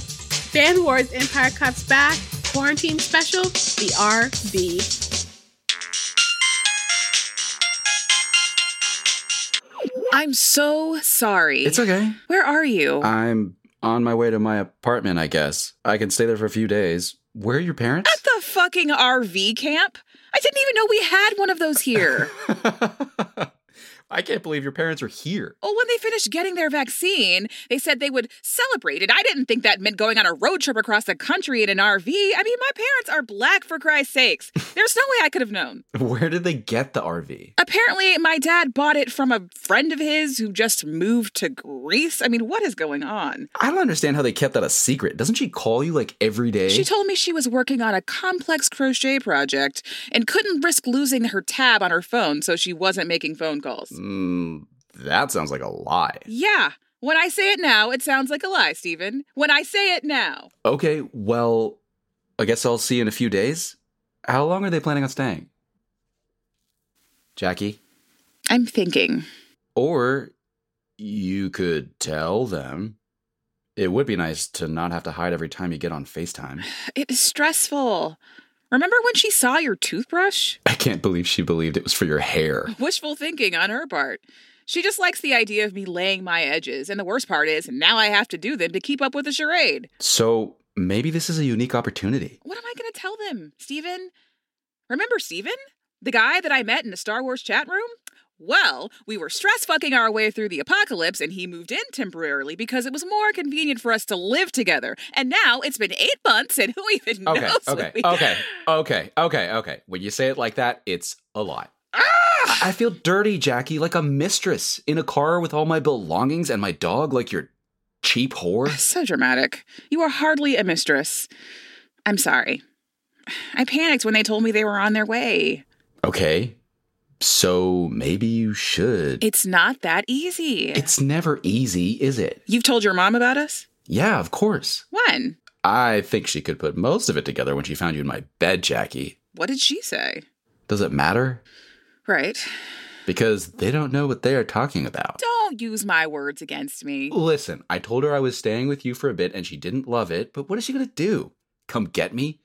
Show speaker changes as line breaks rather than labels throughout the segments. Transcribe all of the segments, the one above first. Fan Wars Empire Cuts Back Quarantine Special, the RB.
I'm so sorry.
It's Uh, okay.
Where are you?
I'm on my way to my apartment, I guess. I can stay there for a few days. Where are your parents?
At the fucking RV camp? I didn't even know we had one of those here.
I can't believe your parents are here.
Well, when they finished getting their vaccine, they said they would celebrate it. I didn't think that meant going on a road trip across the country in an RV. I mean, my parents are black for Christ's sakes. There's no way I could have known.
Where did they get the RV?
Apparently, my dad bought it from a friend of his who just moved to Greece. I mean, what is going on?
I don't understand how they kept that a secret. Doesn't she call you like every day?
She told me she was working on a complex crochet project and couldn't risk losing her tab on her phone, so she wasn't making phone calls.
Mm, that sounds like a lie.
Yeah. When I say it now, it sounds like a lie, Stephen. When I say it now.
Okay, well, I guess I'll see you in a few days. How long are they planning on staying? Jackie?
I'm thinking.
Or you could tell them. It would be nice to not have to hide every time you get on FaceTime.
It is stressful. Remember when she saw your toothbrush?
I can't believe she believed it was for your hair.
Wishful thinking on her part. She just likes the idea of me laying my edges, and the worst part is now I have to do them to keep up with the charade.
So maybe this is a unique opportunity.
What am I going to tell them, Steven? Remember Steven? The guy that I met in the Star Wars chat room? Well, we were stress fucking our way through the apocalypse, and he moved in temporarily because it was more convenient for us to live together. And now it's been eight months, and who even
Okay,
knows?
okay,
we...
okay, okay, okay, okay. When you say it like that, it's a lie.
Ah!
I feel dirty, Jackie, like a mistress in a car with all my belongings and my dog, like your cheap whore.
So dramatic. You are hardly a mistress. I'm sorry. I panicked when they told me they were on their way.
Okay, so maybe you should.
It's not that easy.
It's never easy, is it?
You've told your mom about us?
Yeah, of course.
When?
I think she could put most of it together when she found you in my bed, Jackie.
What did she say?
Does it matter?
Right.
Because they don't know what they are talking about.
Don't use my words against me.
Listen, I told her I was staying with you for a bit and she didn't love it, but what is she going to do? Come get me?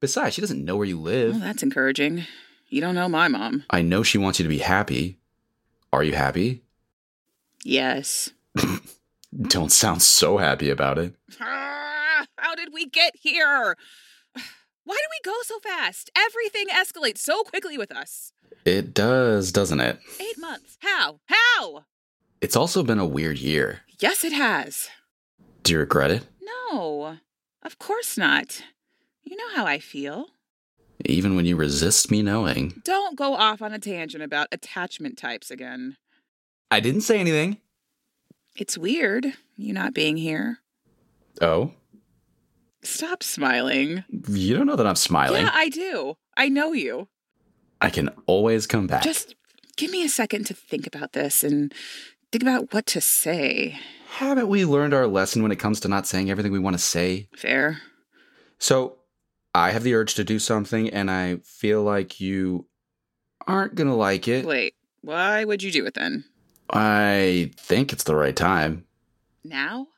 Besides, she doesn't know where you
Well,
live.
Oh, that's encouraging. You don't know my mom.
I know she wants you to be happy. Are you happy?
Yes.
Don't sound so happy about it.
Ah, How did we get here? Why do we go so fast? Everything escalates so quickly with us.
It does, doesn't it?
Eight months. How? How?
It's also been a weird year.
Yes, it has.
Do you regret it?
No, of course not. You know how I feel.
Even when you resist me knowing.
Don't go off on a tangent about attachment types again.
I didn't say anything.
It's weird, you not being here.
Oh,
Stop smiling.
you don't know that I'm smiling.
Yeah, I do. I know you.
I can always come back.
Just give me a second to think about this and think about what to say.
Haven't we learned our lesson when it comes to not saying everything we want to say?
Fair.
So, I have the urge to do something, and I feel like you aren't going to like it.
Wait, why would you do it then?
I think it's the right time.
Now?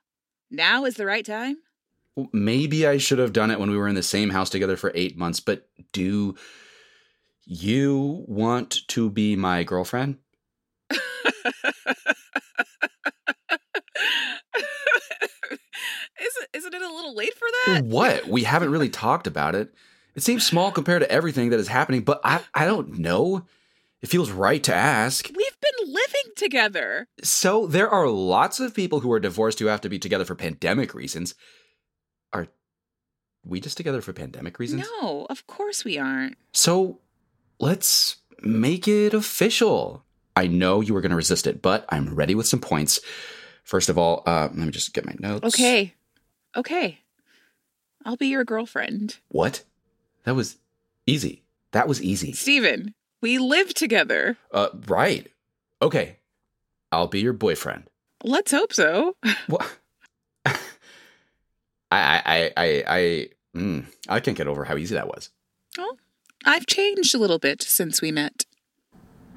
Now is the right time?
Maybe I should have done it when we were in the same house together for eight months, but do you want to be my girlfriend?
isn't, isn't it a little late for that?
What? We haven't really talked about it. It seems small compared to everything that is happening, but I, I don't know. It feels right to ask.
We've been living together.
So there are lots of people who are divorced who have to be together for pandemic reasons. Are we just together for pandemic reasons?
No, of course we aren't.
So let's make it official. I know you were going to resist it, but I'm ready with some points. First of all, uh, let me just get my notes.
Okay. Okay. I'll be your girlfriend.
What? That was easy. That was easy.
Steven, we live together.
Uh, right. Okay. I'll be your boyfriend.
Let's hope so.
What? I, I, I, I, I, mm, I can't get over how easy that was.
I've changed a little bit since we met.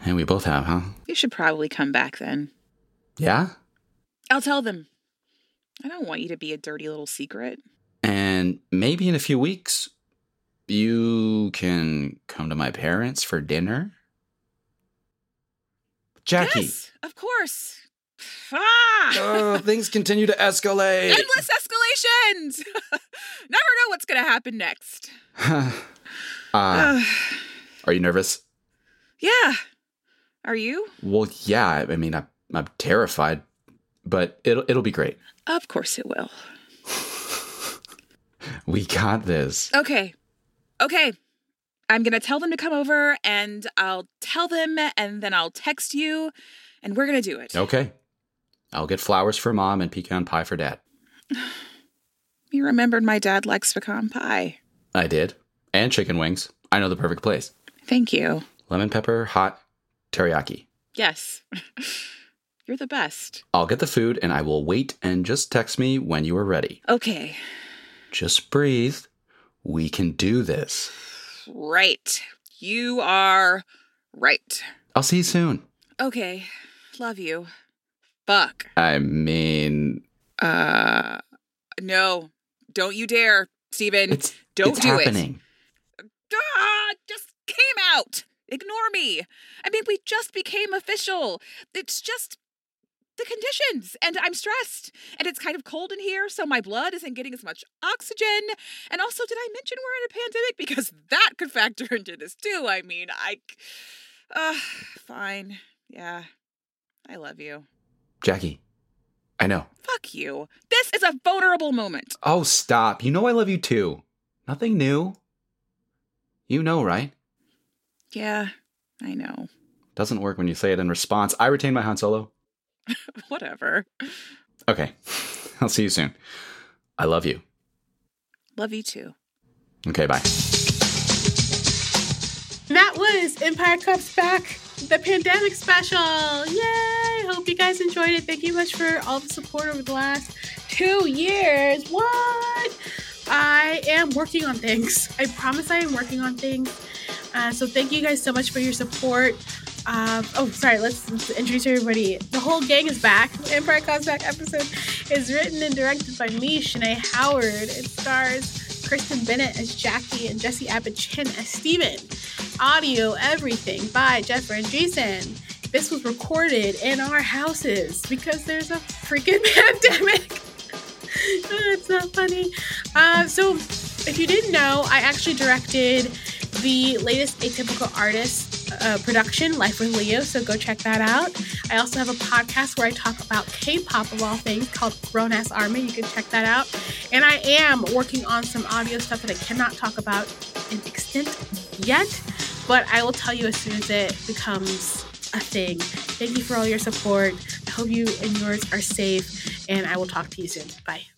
And we both have, huh?
You should probably come back then.
Yeah?
I'll tell them. I don't want you to be a dirty little secret.
And maybe in a few weeks, you can come to my parents for dinner. Jackie.
Yes, of course. Ah!
oh, things continue to escalate.
Endless escalations. Never know what's going to happen next.
uh,
Ugh.
are you nervous?
yeah. Are you?
Well, yeah. I I mean, I, I'm terrified, but it'll it'll be great.
Of course it will.
We got this.
Okay. Okay. I'm going to tell them to come over and I'll tell them and then I'll text you and we're going to do it.
Okay. I'll get flowers for mom and pecan pie for dad.
You remembered my dad likes pecan pie.
I did. And chicken wings. I know the perfect place.
Thank you.
Lemon pepper, hot, teriyaki.
Yes. You're the best.
I'll get the food and I will wait and just text me when you are ready.
Okay.
Just breathe. We can do this.
Right. You are right.
I'll see you soon.
Okay. Love you. Fuck.
I mean,
Uh no. Don't you dare, Steven.
it's
Don't
it's
do it.
happening.
Ah, just came out. Ignore me. I mean, we just became official. It's just the conditions, and I'm stressed. And it's kind of cold in here, so my blood isn't getting as much oxygen. And also, did I mention we're in a pandemic? Because that could factor into this too. I mean, I. Uh, fine. Yeah. I love you.
Jackie, I know.
Fuck you. This is a vulnerable moment.
Oh, stop. You know I love you too. Nothing new. You know, right?
Yeah, I know.
Doesn't work when you say it in response. I retain my Han Solo.
Whatever.
Okay. I'll see you soon. I love you.
Love you too.
Okay, bye.
And that was Empire Cups Back, the pandemic special. Yay! Hope you guys enjoyed it. Thank you much for all the support over the last two years. What? I am working on things. I promise I am working on things. Uh, so thank you guys so much for your support. Um, oh, sorry. Let's, let's introduce everybody. The whole gang is back. Empire Cups Back episode is written and directed by me, Shanae Howard. It stars Kristen Bennett as Jackie and Jesse Abbott Chin as Steven audio, everything by Jennifer and Jason. This was recorded in our houses because there's a freaking pandemic. Oh, it's not funny. Uh, so, if you didn't know, I actually directed the latest Atypical Artist uh, production, Life with Leo, so go check that out. I also have a podcast where I talk about K pop of all things called Grown Ass Army. You can check that out. And I am working on some audio stuff that I cannot talk about in extent yet, but I will tell you as soon as it becomes a thing. Thank you for all your support. I hope you and yours are safe, and I will talk to you soon. Bye.